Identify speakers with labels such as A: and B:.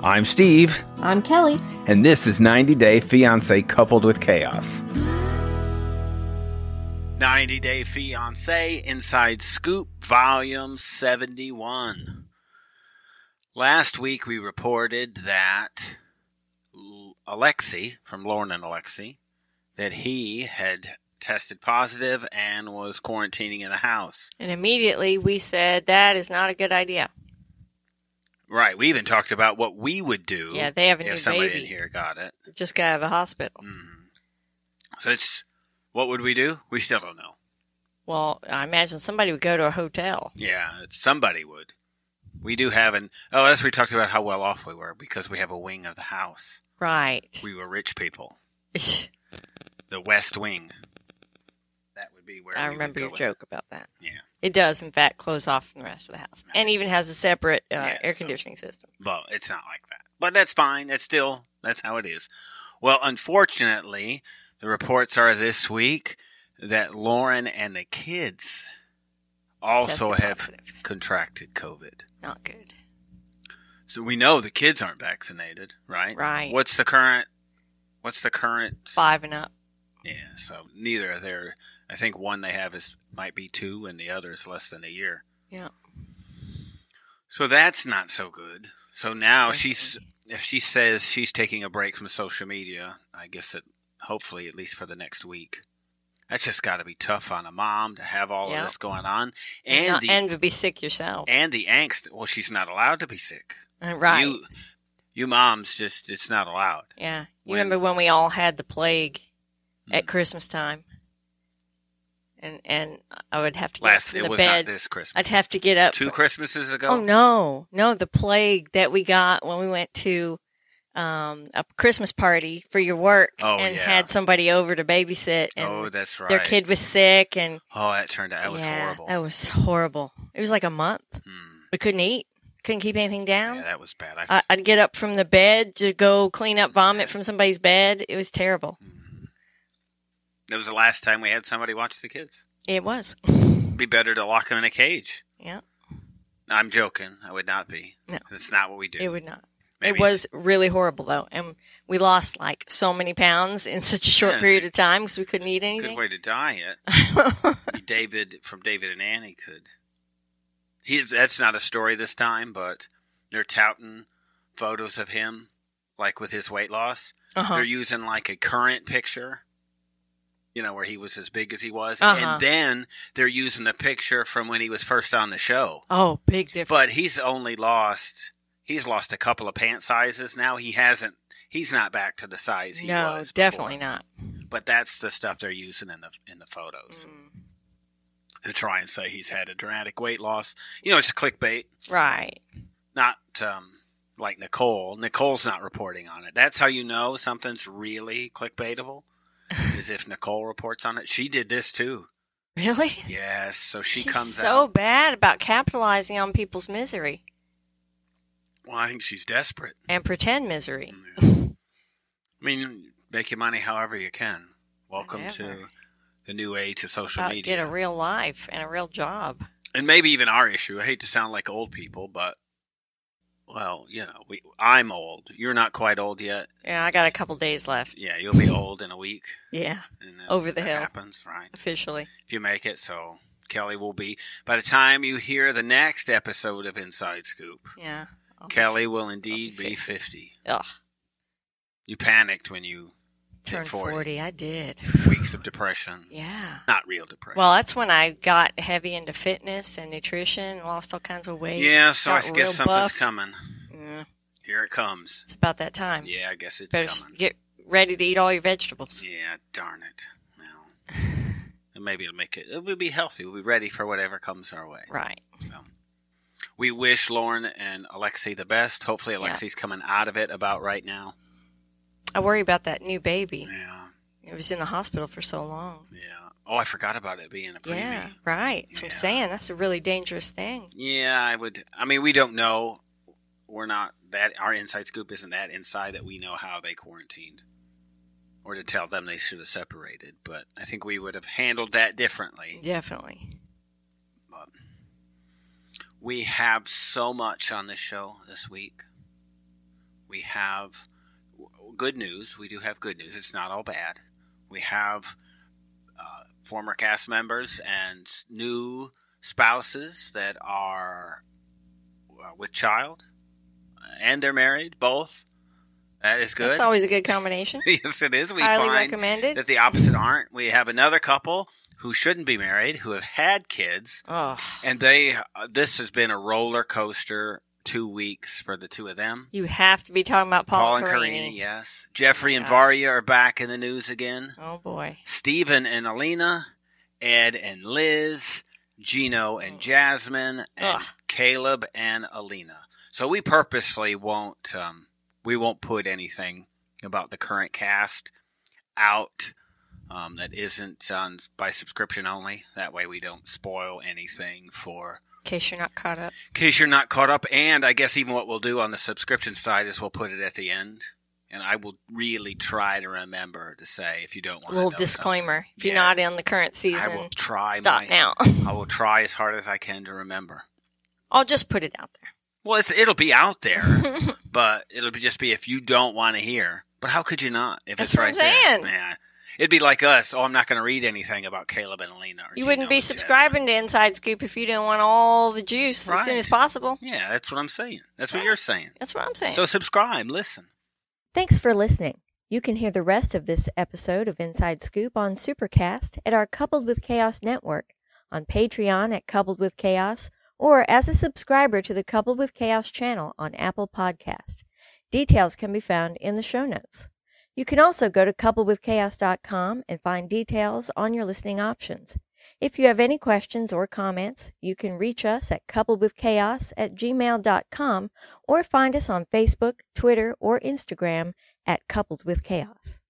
A: I'm Steve,
B: I'm Kelly.
A: and this is 90 Day Fiance Coupled with Chaos. 90 Day Fiance Inside Scoop, Volume 71. Last week we reported that L- Alexei, from Lauren and Alexei, that he had tested positive and was quarantining in the house.
B: And immediately we said that is not a good idea.
A: Right, we even talked about what we would do
B: Yeah, they have a new
A: if somebody
B: baby.
A: in here got it.
B: Just got out of the hospital.
A: Mhm. So it's what would we do? We still don't know.
B: Well, I imagine somebody would go to a hotel.
A: Yeah, it's- somebody would. We do have an oh, that's we talked about how well off we were because we have a wing of the house.
B: Right.
A: We were rich people. The West Wing. That would be where
B: I
A: we would
B: remember
A: go
B: your
A: with-
B: joke about that.
A: Yeah.
B: It does, in fact, close off from the rest of the house and even has a separate uh,
A: Yeah,
B: air
A: so-
B: conditioning system.
A: Well, it's not like that. But that's fine. That's still that's how it is. Well, unfortunately, the reports are this week that Lauren and the kids also
B: Tested
A: have
B: positive.
A: contracted COVID.
B: Not good.
A: So we know the kids aren't vaccinated, right?
B: Right.
A: What's the current? What's the current?
B: Five and up.
A: Yeah. So neither are there. I think one they have is might be two, and the other is less than a year.
B: Yeah.
A: So that's not so good. So now
B: Okay.
A: she's if she says she's taking a break from social media, I guess that hopefully at least for the next week. That's just got to be tough on a mom to have all
B: Yeah.
A: of this going on, and
B: And, not,
A: the
B: and would be sick yourself.
A: and the angst. Well, she's not allowed to be sick.
B: Uh, right.
A: You, you moms just it's not allowed.
B: yeah. You
A: when-
B: remember when we all had the plague at
A: Mm.
B: Christmas time? And and I would have to get up
A: Last
B: from
A: it
B: the
A: was
B: bed.
A: not this Christmas.
B: I'd have to get up.
A: Two
B: fr-
A: Christmases ago.
B: Oh no, no, the plague that we got when we went to um, a Christmas party for your work
A: Oh,
B: and
A: yeah.
B: had somebody over to babysit, and
A: Oh, that's right.
B: their kid was sick, and
A: Oh, that turned out that was
B: yeah, oh,
A: horrible.
B: That was horrible. It was like a month.
A: Hmm.
B: We couldn't eat, couldn't keep anything down.
A: Yeah, that was bad. I,
B: I, I'd get up from the bed to go clean up vomit
A: Yeah.
B: from somebody's bed. It was terrible.
A: Hmm. That was the last time we had somebody watch the kids.
B: It was.
A: Be better to lock them in a cage.
B: Yeah,
A: I'm joking. I would not be.
B: No.
A: That's not what we do.
B: it would not.
A: Maybe
B: it was really horrible though, and we lost like so many pounds in such a short
A: Yeah, it's
B: period
A: a-
B: of time because we couldn't eat
A: it's a good
B: anything.
A: way to die it. David from David and Annie could. He that's not a story this time, but they're touting photos of him, like with his weight loss.
B: uh-huh.
A: They're using like a current picture, you know, where he was as big as he was,
B: Uh-huh.
A: and then they're using the picture from when he was first on the show.
B: Oh, big difference.
A: But he's only lost he's lost a couple of pant sizes now. He hasn't. He's not back to the size he
B: no,
A: was. before.
B: definitely not.
A: But that's the stuff they're using in the in the photos
B: Mm,
A: to try and say he's had a dramatic weight loss. You know, it's clickbait.
B: Right.
A: Not um, like Nicole. Nicole's not reporting on it. That's how you know somethinging's really clickbaitable. is if Nicole reports on it. She did this too.
B: Really?
A: Yes. So she
B: She's
A: comes
B: so
A: out.
B: bad about capitalizing on people's misery
A: Well, I think she's desperate.
B: and pretend misery.
A: Mm, I mean, make your money however you can. Welcome to
B: Whatever.
A: the new age of social
B: About to
A: media.
B: get a real life and a real job.
A: and maybe even our issue. I hate to sound like old people, but well, you know, we I'm old. You're not quite old yet.
B: Yeah, I got a couple days left.
A: Yeah, you'll be old in a week.
B: Yeah,
A: And then
B: Over the
A: that
B: hill.
A: happens, right?
B: officially.
A: If you make it, so Kelly will be. By the time you hear the next episode of Inside Scoop,
B: Yeah. I'll be-
A: Kelly will indeed
B: be
A: be fifty.
B: Ugh,
A: You panicked when you hit
B: turned 40.
A: 40.
B: I did.
A: Weeks of depression,
B: Yeah.
A: not real depression.
B: Well, that's when I got heavy into fitness and nutrition, lost all kinds of weight.
A: yeah, so I
B: got real
A: guess something's
B: buff.
A: coming.
B: Yeah,
A: Here it comes.
B: it's about that time.
A: Yeah, I guess it's
B: Better s-
A: coming.
B: get ready to eat all your vegetables.
A: Yeah, darn it. Well, and maybe it'll make it. We'll be healthy. We'll be ready for whatever comes our way.
B: Right.
A: So, we wish Lauren and Alexei the best. Hopefully,
B: Yeah.
A: Alexei's coming out of it about right now.
B: I worry about that new baby.
A: Yeah,
B: It was in the hospital for so long.
A: yeah. Oh, I forgot about it being a preemie.
B: Yeah, right. That's what I'm
A: Yeah.
B: saying. That's a really dangerous thing.
A: Yeah, I would. I mean, we don't know. We're not that. Our inside scoop isn't that inside that we know how they quarantined, or to tell them they should have separated. But I think we would have handled that differently.
B: Definitely.
A: But we have so much on this show this week. we have w- good news. We do have good news. It's not all bad. We have uh, former cast members and s- new spouses that are uh, with child uh, and they're married, both. That is good.
B: That's always a good combination.
A: yes, it is. We
B: Highly
A: find
B: recommended.
A: that the opposite aren't. We have another couple who shouldn't be married, who have had kids,
B: Oh,
A: and they. Uh, this has been a roller coaster two weeks for the two of them.
B: you have to be talking about Paul,
A: Paul and
B: Carini.
A: Karini, yes. Jeffrey and
B: Yeah.
A: Varya are back in the news again.
B: Oh boy.
A: Stephen and Alina, Ed and Liz, Gino and Jasmine, and
B: Mm. Ugh.
A: Caleb and Alina. So we purposefully won't um, we won't put anything about the current cast out um, that isn't on by subscription only. That way we don't spoil anything for
B: In case you're not caught up.
A: in case you're not caught up. And I guess even what we'll do on the subscription side is we'll put it at the end. And I will really try to remember to say if you don't want
B: Little
A: to know
B: disclaimer: if you're
A: Yeah.
B: not in the current
A: something, I
B: season,
A: will try
B: stop
A: my,
B: now.
A: I will try as hard as I can to remember.
B: I'll just put it out
A: Well, it's, it'll be out there,
B: there.
A: but it'll be just be if you don't want to hear. But how could you not if
B: That's
A: it's
B: what
A: right
B: I'm
A: there?
B: saying.
A: Man, it'd be like us. Oh, I'm not going to read anything about Caleb and Alina. Or
B: you
A: Gino
B: wouldn't be
A: and Jasmine."
B: subscribing to Inside Scoop if you didn't want all the juice as soon
A: Right.
B: as possible.
A: Yeah, that's what I'm saying. That's what
B: Right.
A: you're saying.
B: That's what I'm saying.
A: So subscribe, listen.
B: Thanks for listening. You can hear the rest of this episode of Inside Scoop on Supercast at our Coupled with Chaos network, on Patreon at Coupled with Chaos, or as a subscriber to the Coupled with Chaos channel on Apple Podcast. Details can be found in the show notes. You can also go to coupledwithchaos.com and find details on your listening options. If you have any questions or comments, you can reach us at coupledwithchaos at gmail.com or find us on Facebook, Twitter, or Instagram at Coupled with Chaos.